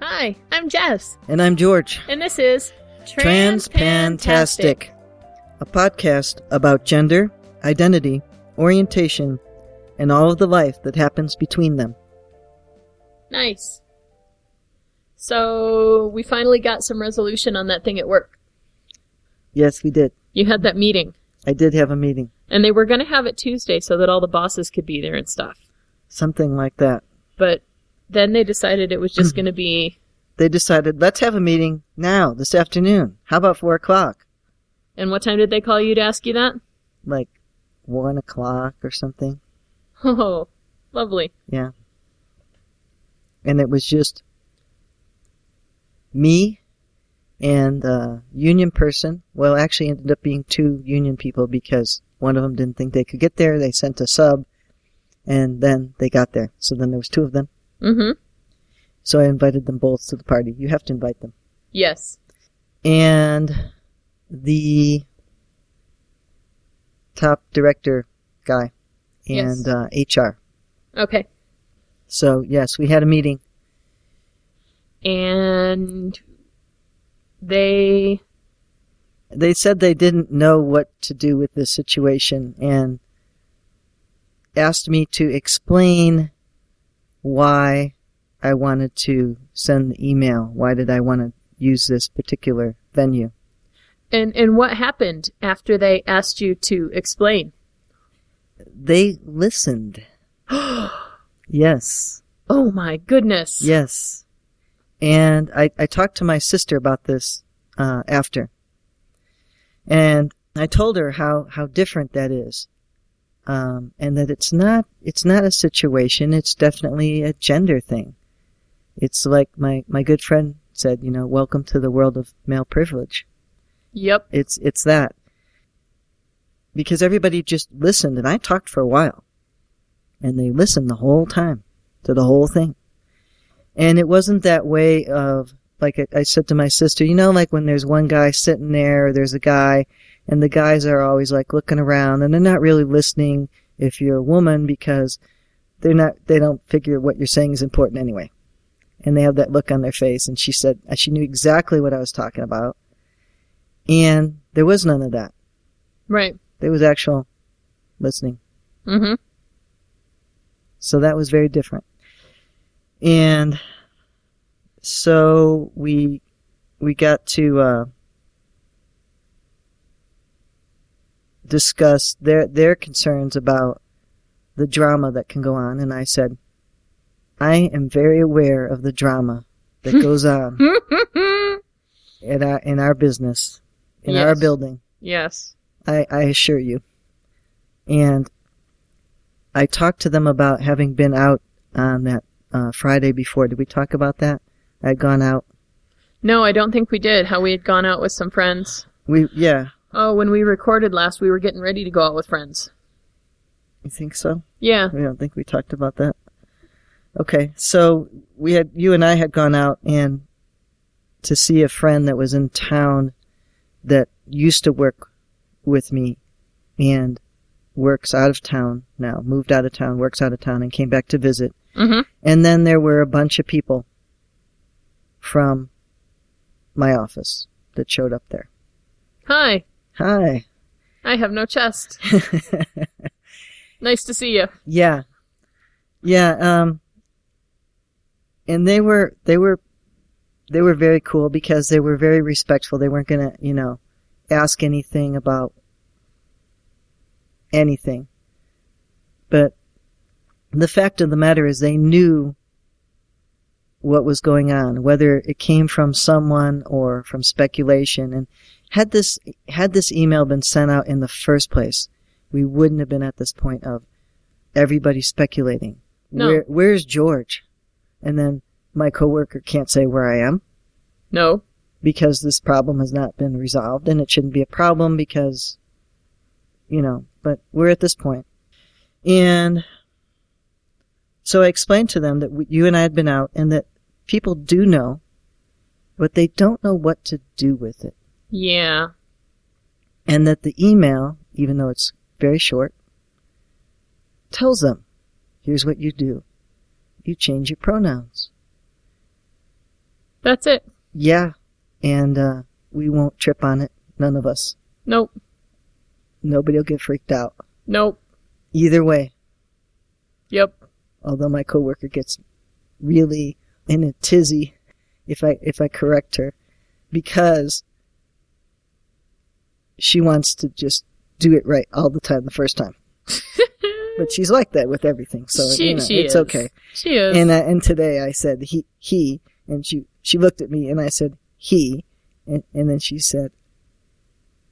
Hi, I'm Jess, And I'm George. and this is Transpantastic, a podcast about gender, identity, orientation, and all of the life that happens between them. Nice. So, we finally got some resolution on that thing at work. Yes, we did. You had that meeting, I did have a meeting, and they were going to have it Tuesday so that all the bosses could be there and stuff. something like that. But then they decided it was just going to be, They decided, let's have a meeting now, this afternoon. How about four o'clock? and what time did they call you to ask you that? Like one o'clock or something. Oh, lovely. Yeah. And it was just me and a union person. Well, actually ended up being two union people because one of them didn't think they could get there. They sent a sub and then they got there. So then there was two of them. Mm hmm. So I invited them both to the party. You have to invite them. Yes. And the top director guy and Yes. uh, HR. Okay. So yes, we had a meeting. And they, they said they didn't know what to do with this situation and asked me to explain why I wanted to send the email. Why did I want to use this particular venue? and, and what happened after they asked you to explain? They listened. yes. Oh my goodness. Yes. And I, I talked to my sister about this uh, after. And I told her how, how different that is. Um, and that it's not it's not a situation, it's definitely a gender thing. It's like my, my good friend said, you know, welcome to the world of male privilege. Yep. It's it's that. Because everybody just listened and I talked for a while. And they listened the whole time to the whole thing. And it wasn't that way of like I, I said to my sister, you know, like when there's one guy sitting there, or there's a guy, and the guys are always like looking around, and they're not really listening if you're a woman because they're not, they don't figure what you're saying is important anyway. And they have that look on their face. And she said and she knew exactly what I was talking about, and there was none of that. Right. There was actual listening. Mm-hmm. So that was very different. And so we we got to uh, discuss their their concerns about the drama that can go on, and I said, I am very aware of the drama that goes on in our in our business, in our Yes. building. yes. I, I assure you. And I talked to them about having been out on that uh, Friday before. Did we talk about that? I'd gone out. No, I don't think we did. How we had gone out with some friends. We yeah, Oh, when we recorded last, we were getting ready to go out with friends. you think so? Yeah. I don't think we talked about that. Okay, so we had you and I had gone out and to see a friend that was in town that used to work with me and works out of town now, moved out of town, works out of town and came back to visit. Mm-hmm. And then there were a bunch of people from my office that showed up there. Hi. Hi. I have no chest. nice to see you. yeah. Yeah, um and they were they were they were very cool because they were very respectful. They weren't going to, you know, ask anything about anything. But the fact of the matter is they knew what was going on, whether it came from someone or from speculation. And had this, had this email been sent out in the first place, we wouldn't have been at this point of everybody speculating. No. Where, where's George? And then my coworker can't say where I am No. because this problem has not been resolved and it shouldn't be a problem because you know but we're at this point and so i explained to them that we, you and i had been out and that people do know but they don't know what to do with it Yeah. and that the email even though it's very short tells them here's what you do you change your pronouns That's it. Yeah. And uh, we won't trip on it. None of us. Nope. Nobody will get freaked out. Nope. Either way, Yep. although my coworker gets really in a tizzy if I if I correct her because she wants to just do it right all the time the first time. But she's like that with everything, so she, you know, she it's is. okay. She is. And uh, and today I said he he and she she looked at me and I said he and and then she said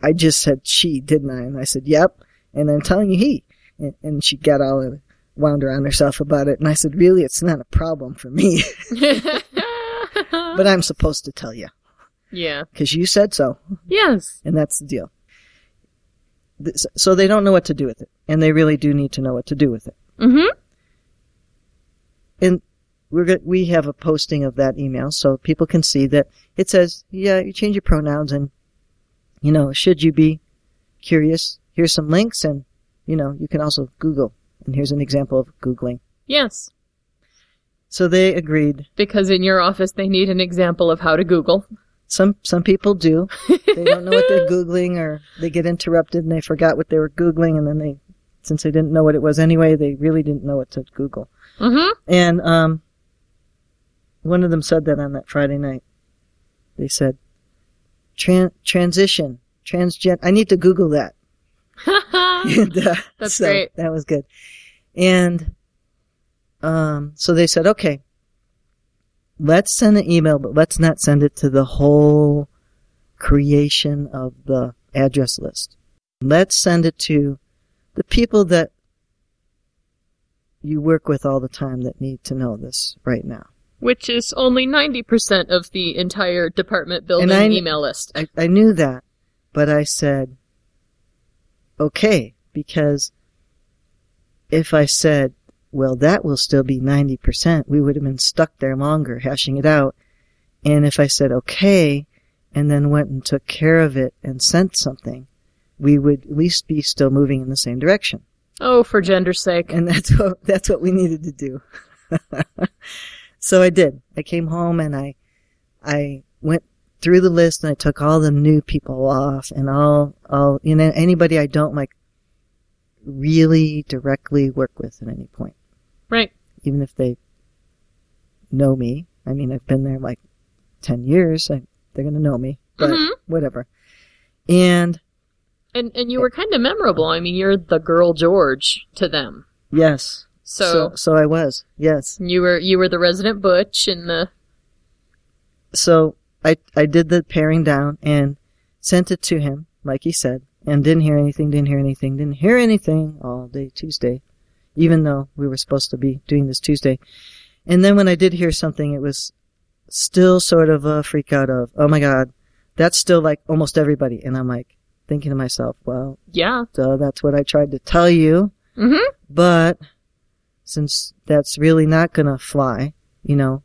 I just said she didn't I and I said yep and I'm telling you he and, and she got all uh, wound around herself about it and I said really it's not a problem for me but I'm supposed to tell you yeah. because you said so Yes. and that's the deal. Th- so- So they don't know what to do with it and they really do need to know what to do with it. Mm-hmm. we're go- we have a posting of that email so people can see that it says, yeah, you change your pronouns and, you know, should you be curious, here's some links and, you know, you can also Google. And here's an example of Googling. Yes. So they agreed. Because in your office they need an example of how to Google. Some, some people do. They don't know what they're Googling or they get interrupted and they forgot what they were Googling and then they, since they didn't know what it was anyway, they really didn't know what to Google. Mm-hmm. And um, one of them said that on that Friday night. They said, Tran- transition, transgen. I need to Google that. and, uh, That's so great. That was good. And um, so they said, okay, let's send an email, but let's not send it to the whole creation of the address list. Let's send it to the people that you work with all the time that need to know this right now. Which is only 90% of the entire department building And I- email list. I, I knew that, but I said, okay, because if I said, well, that will still be 90%, we would have been stuck there longer hashing it out. And if I said, okay, and then went and took care of it and sent something, we would at least be still moving in the same direction Oh, for gender's sake. and that's what that's what we needed to do. so I did. I came home and I I went through the list and I took all the new people off and all all you know anybody I don't like really directly work with at any point, Right. even if they know me. I mean, I've been there like ten years. I, they're gonna know me, but Mhm. whatever. And And and you were kind of memorable. I mean, you're the girl George to them. yes, So, so so I was yes. you were you were the resident butch and the so I I did the paring down and sent it to him, like he said, and didn't hear anything, didn't hear anything, didn't hear anything all day Tuesday, even though we were supposed to be doing this Tuesday. And then when I did hear something, it was still sort of a freak out of, oh my god, that's still like almost everybody. And I'm like thinking to myself, well, yeah. duh, that's what I tried to tell you Mhm. but since that's really not going to fly, you know,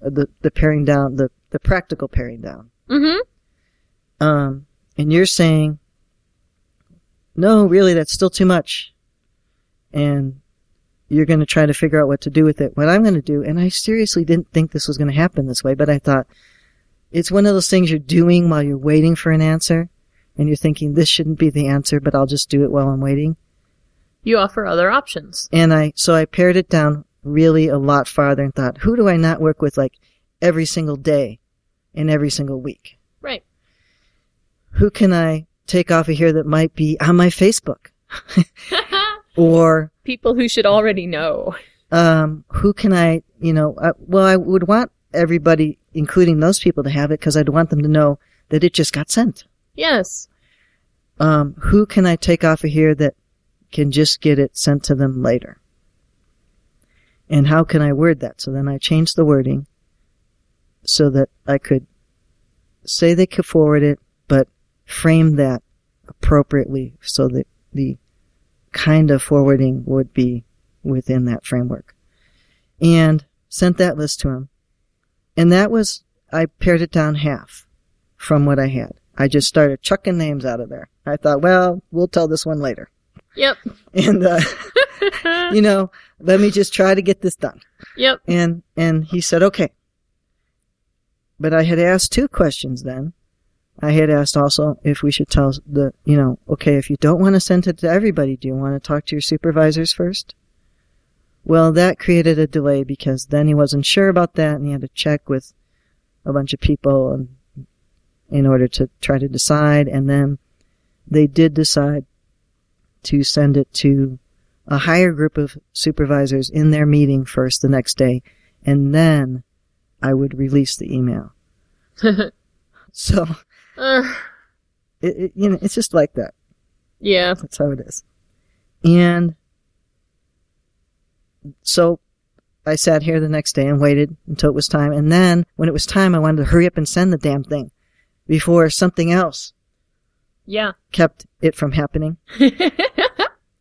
the the paring down, the the practical paring down. Mhm. Um, and you're saying, no, really, that's still too much, and you're going to try to figure out what to do with it. What I'm going to do, and I seriously didn't think this was going to happen this way, but I thought it's one of those things you're doing while you're waiting for an answer, and you're thinking this shouldn't be the answer, but I'll just do it while I'm waiting. You offer other options. and I so I pared it down really a lot farther and thought, who do I not work with like every single day and every single week? Right. Who can I take off of here that might be on my Facebook or People who should already know. um, who can I, you know, uh, well, I would want everybody, including those people, to have it because I'd want them to know that it just got sent. Yes. Um, who can I take off of here that can just get it sent to them later? And how can I word that? So then I changed the wording so that I could say they could forward it, but frame that appropriately so that the kind of forwarding would be within that framework. And sent that list to him. And that was, I pared it down half from what I had. I just started chucking names out of there. I thought, well, we'll tell this one later. Yep. And, uh, you know, let me just try to get this done. Yep. And, and he said, okay. But I had asked two questions then. I had asked also if we should tell the, you know, okay, if you don't want to send it to everybody, do you want to talk to your supervisors first? Well, that created a delay because then he wasn't sure about that and he had to check with a bunch of people and in order to try to decide and then they did decide to send it to a higher group of supervisors in their meeting first the next day and then I would release the email. So Ugh. it, it, you know, it's just like that. yeah. That's how it is. And so I sat here the next day and waited until it was time. And then when it was time, I wanted to hurry up and send the damn thing before something else Yeah. kept it from happening.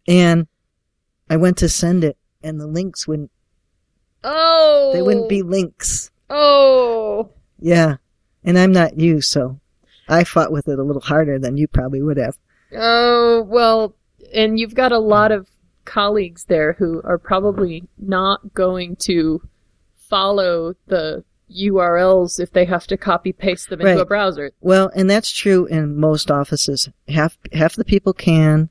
And I went to send it and the links wouldn't, oh. they wouldn't be links. Oh. Yeah. And I'm not you, so I fought with it a little harder than you probably would have. Oh, well, and you've got a lot of colleagues there who are probably not going to follow the URLs if they have to copy paste them into Right. a browser. Well, and that's true in most offices. Half half the people can,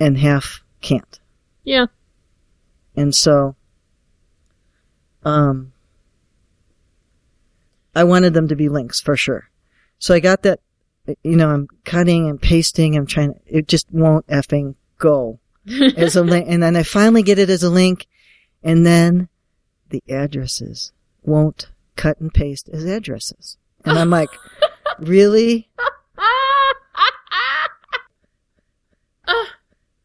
and half can't. Yeah. And so, um, I wanted them to be links for sure. So I got that. You know, I'm cutting and pasting. I'm trying. It just won't effing go as a link. And then I finally get it as a link, and then the addresses won't cut and paste as addresses. And I'm like, really?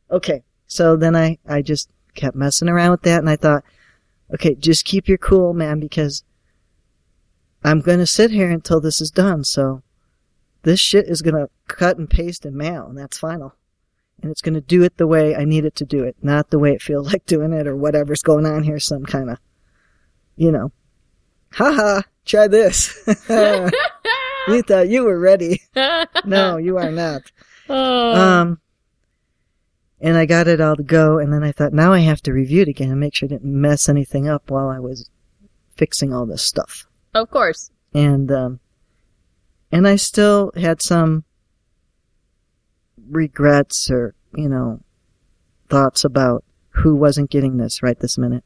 Okay. So then I, I just kept messing around with that and I thought, okay, just keep your cool, man, because I'm going to sit here until this is done. So this shit is going to cut and paste and mail and that's final. And it's going to do it the way I need it to do it, not the way it feels like doing it or whatever's going on here. Some kind of, you know, haha, try this. you thought you were ready. No, you are not. Oh. Um, and I got it all to go, and then I thought, now I have to review it again and make sure I didn't mess anything up while I was fixing all this stuff. of course. And um, and I still had some regrets or you know thoughts about who wasn't getting this right this minute.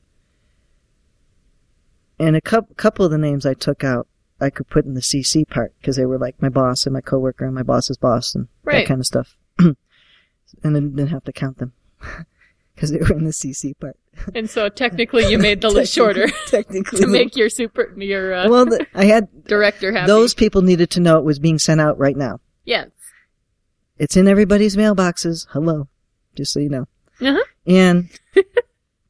And a couple couple of the names I took out, I could put in the CC part because they were like my boss and my coworker and my boss's boss and Right. that kind of stuff. and I didn't have to count them because they were in the CC part. And so technically you made the list shorter technically. to make your super your uh, well, the, I had director happy. those people needed to know it was being sent out right now. yes. It's in everybody's mailboxes. Hello, just so you know. Uh-huh. And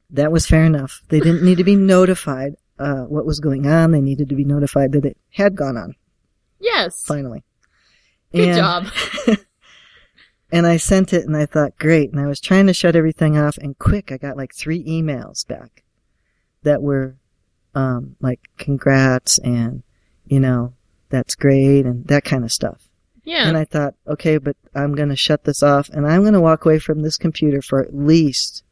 that was fair enough. They didn't need to be notified uh, what was going on. They needed to be notified that it had gone on Yes. finally. Good And- job. And I sent it and I thought, great. And I was trying to shut everything off and quick, I got like three emails back that were, um, like congrats and, you know, that's great and that kind of stuff. Yeah. And I thought, okay, but I'm going to shut this off and I'm going to walk away from this computer for at least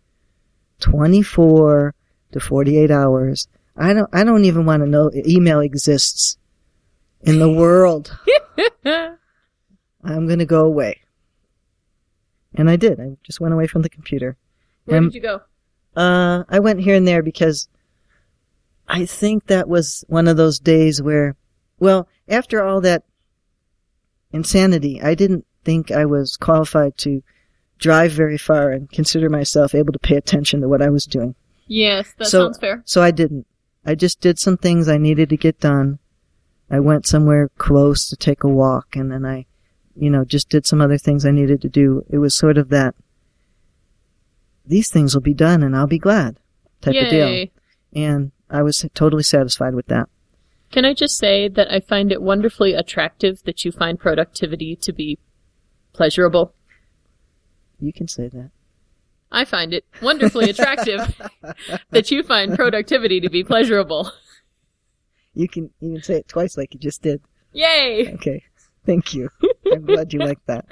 24 to 48 hours. I don't, I don't even want to know email exists in the world. I'm going to go away. And I did. I just went away from the computer. Where Um, did you go? Uh, I went here and there because I think that was one of those days where, well, after all that insanity, I didn't think I was qualified to drive very far and consider myself able to pay attention to what I was doing. Yes, that so- sounds fair. So I didn't. I just did some things I needed to get done. I went somewhere close to take a walk and then I, you know, just did some other things I needed to do. It was sort of that, these things will be done and I'll be glad type Yay. of deal. And I was totally satisfied with that. Can I just say that I find it wonderfully attractive that you find productivity to be pleasurable? You can say that. I find it wonderfully attractive that you find productivity to be pleasurable. You can even say it twice like you just did. Yay! Okay. Thank you. I'm glad you like that.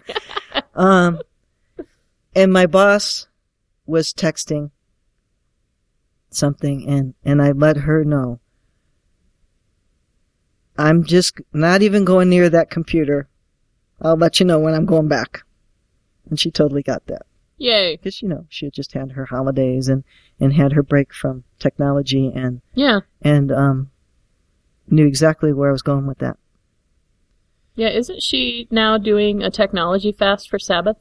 Um, and my boss was texting something and, and I let her know I'm just not even going near that computer. I'll let you know when I'm going back. And she totally got that. Yay. Because, you know, she had just had her holidays and, and had her break from technology and, Yeah. and, um, knew exactly where I was going with that. Yeah, isn't she now doing a technology fast for Sabbath?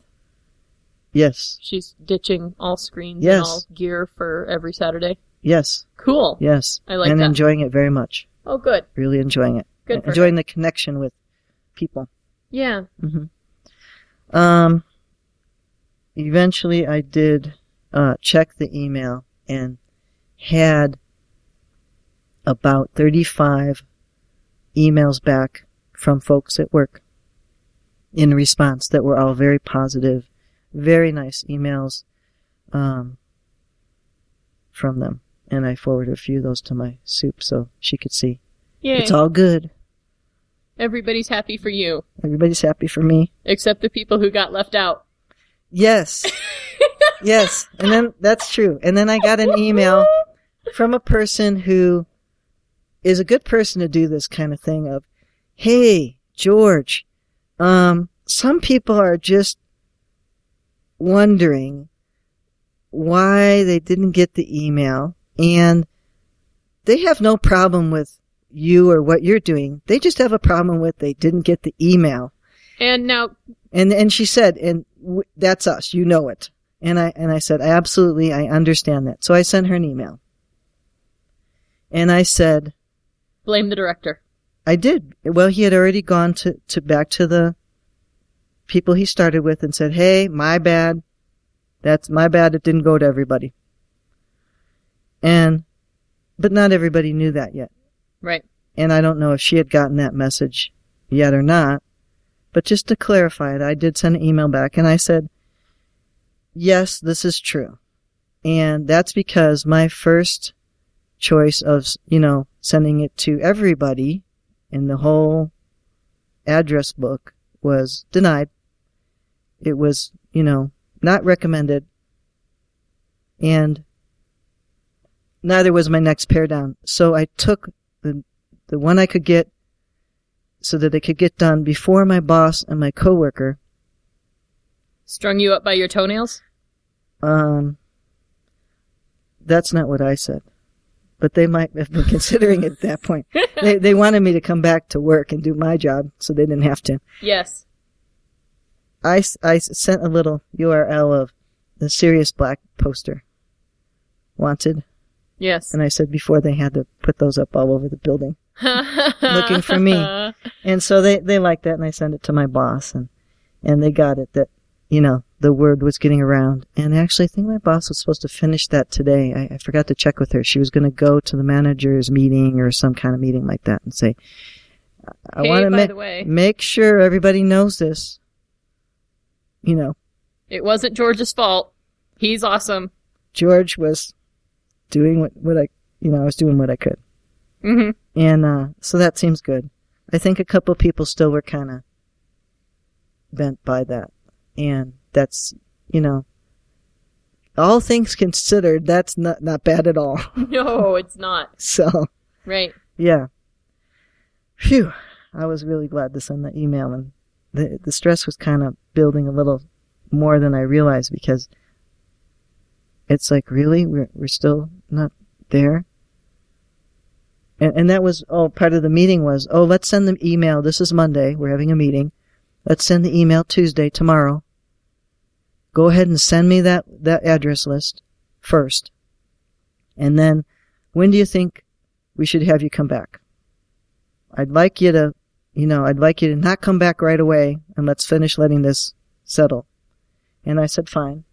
Yes. She's ditching all screens and Yes. all gear for every Saturday. Yes. Cool. Yes. I like and that. enjoying it very much. Oh, good. Really enjoying it. Good for enjoying the connection with people. Yeah. hmm Um, eventually, I did uh, check the email and had about 35 emails back from folks at work in response that were all very positive, very nice emails um, from them. And I forwarded a few of those to my soup so she could see. Yay. It's all good. Everybody's happy for you, Everybody's happy for me. except the people who got left out. Yes. yes. And then that's true. And then I got an email from a person who is a good person to do this kind of thing of, Hey, George, um, some people are just wondering why they didn't get the email and they have no problem with you or what you're doing. They just have a problem with they didn't get the email. And now, And and she said, and w- that's us. You know it. And I and I said, absolutely, I understand that. So I sent her an email, and I said, blame the director. I did. Well, he had already gone to, to back to the people he started with and said, Hey, my bad. That's my bad. It didn't go to everybody. And, but not everybody knew that yet. Right. And I don't know if she had gotten that message yet or not. But just to clarify it, I did send an email back and I said, Yes, this is true. And that's because my first choice of, you know, sending it to everybody in the whole address book was denied. It was, you know, not recommended. And neither was my next pair down. So I took the, the one I could get so that it could get done before my boss and my coworker. Strung you up by your toenails? Um, that's not what I said, but they might have been considering it at that point. They, they wanted me to come back to work and do my job so they didn't have to. yes. I, s- I s- sent a little URL of the Sirius Black poster. Wanted. Yes. And I said before they had to put those up all over the building. Looking for me. And so they, they liked that and I sent it to my boss and, and they got it that, you know, the word was getting around. And actually I think my boss was supposed to finish that today. I, I forgot to check with her. She was going to go to the manager's meeting or some kind of meeting like that and say, I Hey, want to by ma- the way, make sure everybody knows this. You know, it wasn't George's fault. He's awesome. George was doing what, what I, you know, I was doing what I could. hmm And, uh, so that seems good. I think a couple people still were kind of bent by that. And that's, you know, all things considered, that's not, not bad at all. No, it's not. So, Right. yeah. Phew. I was really glad to send that email and the, the stress was kind of building a little more than I realized because it's like, really? We're, we're still not there? And, and that was all part of the meeting was, oh, let's send them email. This is Monday. We're having a meeting. Let's send the email Tuesday, tomorrow. Go ahead and send me that, that address list first. And then when do you think we should have you come back? I'd like you to, you know, I'd like you to not come back right away and let's finish letting this settle. And I said, fine.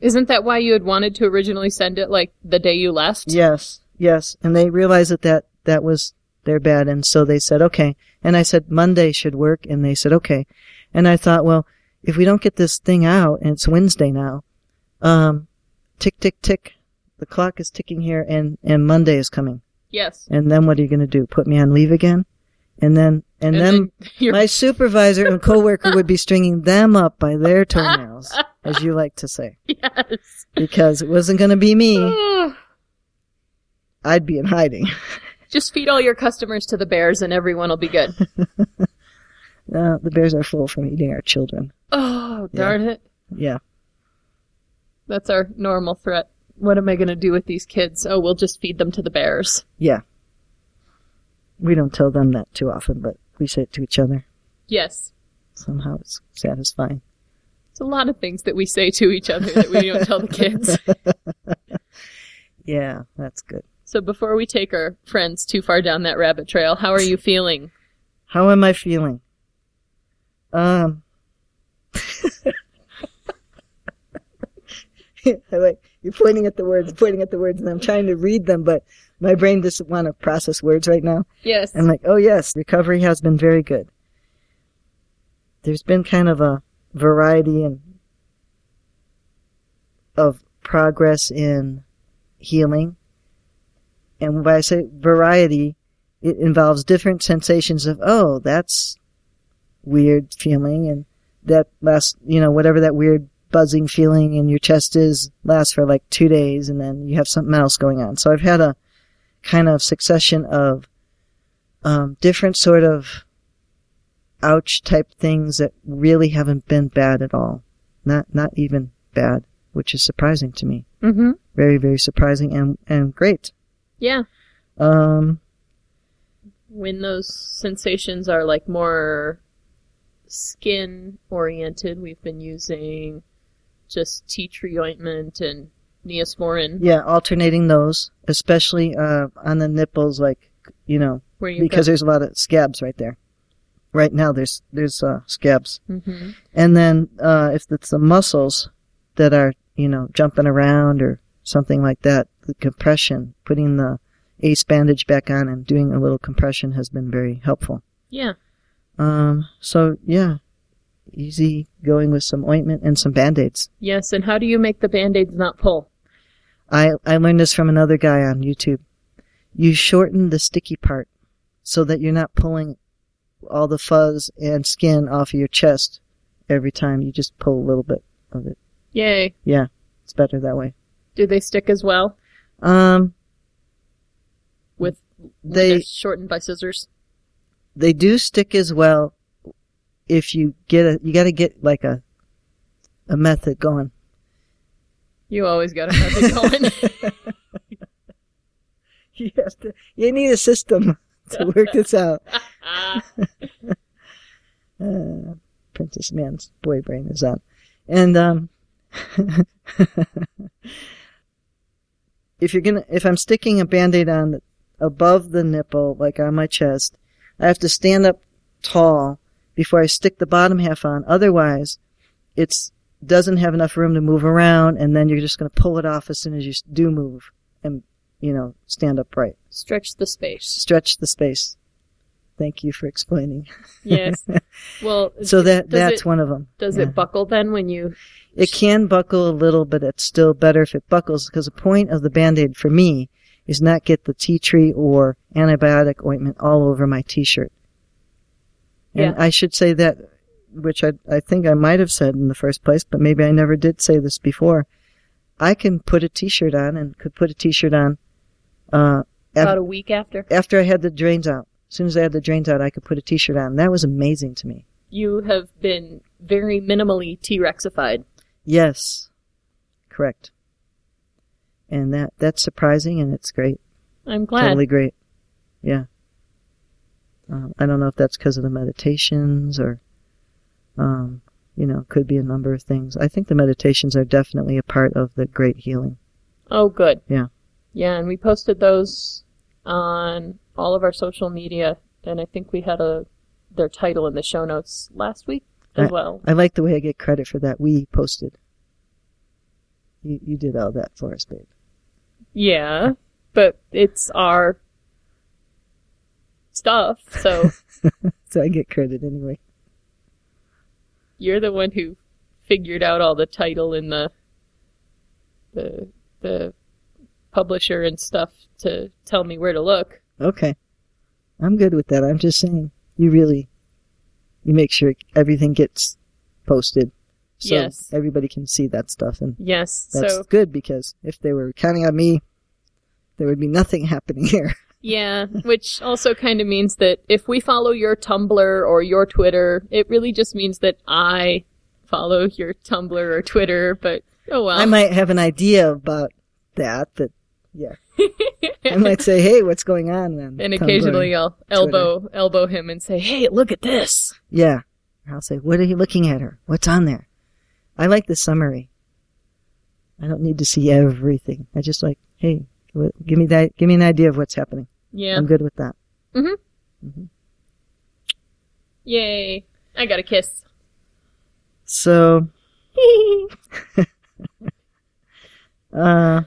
Isn't that why you had wanted to originally send it like the day you left? Yes, yes. And they realized that that, that was their bad. And so they said, okay. And I said, Monday should work. And they said, okay. And I thought, well, if we don't get this thing out, and it's Wednesday now, um, tick, tick, tick. The clock is ticking here and, and Monday is coming. Yes. And then what are you going to do? Put me on leave again? And then, and, then, you're my supervisor and coworker would be stringing them up by their toenails, as you like to say, yes. because it wasn't going to be me. Ugh. I'd be in hiding. Just feed all your customers to the bears and everyone will be good. No, Uh, the bears are full from eating our children. Oh, Yeah. darn it. Yeah. That's our normal threat. What am I going to do with these kids? Oh, we'll just feed them to the bears. Yeah. We don't tell them that too often, but we say it to each other. Yes. Somehow it's satisfying. It's a lot of things that we say to each other that we don't tell the kids. Yeah, that's good. So before we take our friends too far down that rabbit trail, how are you feeling? How am I feeling? Um. like, you're pointing at the words, pointing at the words, and I'm trying to read them, but my brain doesn't want to process words right now. Yes. I'm like, oh yes, recovery has been very good. There's been kind of a variety and of progress in healing. And when I say variety, it involves different sensations of, oh, that's weird feeling and that lasts, you know, whatever that weird buzzing feeling in your chest is lasts for like two days and then you have something else going on. So I've had a kind of succession of um, different sort of ouch type things that really haven't been bad at all. Not not even bad, which is surprising to me. Mm-hmm. Very very surprising and and great. Yeah. Um, When those sensations are like more skin oriented, we've been using just tea tree ointment and neosporin. yeah, alternating those, especially uh, on the nipples, like you know, Where you because there's a lot of scabs right there. Right now, there's there's uh, scabs. mm-hmm. And then uh, if it's the muscles that are, you know, jumping around or something like that, the compression, putting the ace bandage back on and doing a little compression has been very helpful. yeah, Um, so yeah, easy going with some ointment and some band-aids. yes. And how do you make the band-aids not pull? I, I learned this from another guy on YouTube. You shorten the sticky part so that you're not pulling all the fuzz and skin off of your chest every time. You just pull a little bit of it. Yay! It's better that way. Do they stick as well? Um, With when They- they're shortened by scissors. they do stick as well. If you get a, you got to get like a, a method going. You always got to have it going. You have to. You need a system to work this out. Ah. Uh, Princess Man's boy brain is on, and um, if you're gonna, if I'm sticking a band-aid on above the nipple, like on my chest, I have to stand up tall before I stick the bottom half on. Otherwise, it's doesn't have enough room to move around, and then you're just going to pull it off as soon as you s- do move, and you know, stand upright, Stretch the space. stretch the space. Thank you for explaining. Yes. Well, So that does that's it- one of them. does Yeah. it buckle then when you? It can buckle a little, but it's still better if it buckles because the point of the band-aid for me is not get the tea tree or antibiotic ointment all over my t-shirt. And I should say that, which I, I think I might have said in the first place, but maybe I never did say this before. I can put a t-shirt on and could put a t-shirt on, uh, Ev- About a week after after I had the drains out. As soon as I had the drains out, I could put a t-shirt on. That was amazing to me. you have been very minimally T-Rexified. Yes, correct. And that that's surprising, and it's great, I'm glad. totally great. Yeah. Um, I don't know if that's because of the meditations or, um, you know, could be a number of things. I think the meditations are definitely a part of the great healing. Oh, good. Yeah. Yeah, and we posted those on all of our social media, and I think we had a their title in the show notes last week Eh. as well. I like the way I get credit for that. We posted. You you did all that for us, babe. Yeah, but it's our stuff, so So I get credit anyway. you're the one who figured out all the title and the the the publisher and stuff to tell me where to look. Okay. I'm good with that. I'm just saying you really you make sure everything gets posted so Yes. everybody can see that stuff and Yes, that's so good because if they were counting on me there would be nothing happening here. Yeah, which also kind of means that if we follow your Tumblr or your Twitter, it really just means that I follow your Tumblr or Twitter, but oh well. I might have an idea about that, but yeah. I might say, hey, what's going on? on and Tumblr?" occasionally I'll elbow elbow him and say, "Hey, look at this." Yeah. I'll say, what are you looking at her? What's on there? I like the summary. I don't need to see everything. I just like, hey, wh- give me that, give me an idea of what's happening. Yeah. I'm good with that. Yay. I got a kiss. So, uh,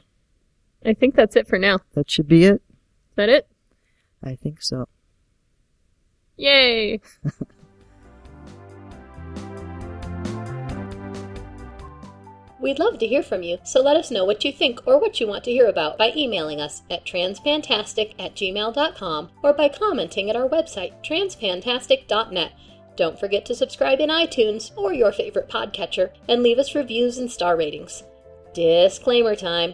I think that's it for now. Is that should be it. that it? I think so. Yay. We'd love to hear from you, so let us know what you think or what you want to hear about by emailing us at transfantastic at gmail.com or by commenting at our website, transfantastic.net. Don't forget to subscribe in iTunes or your favorite podcatcher and leave us reviews and star ratings. Disclaimer time.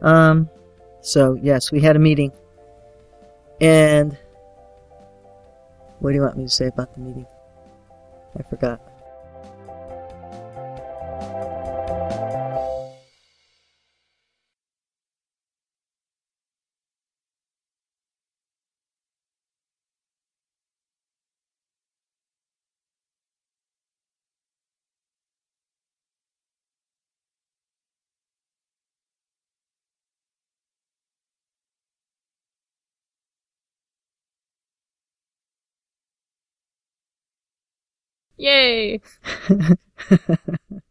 Um, so yes, we had a meeting. And what do you want me to say about the meeting? I forgot. Yay.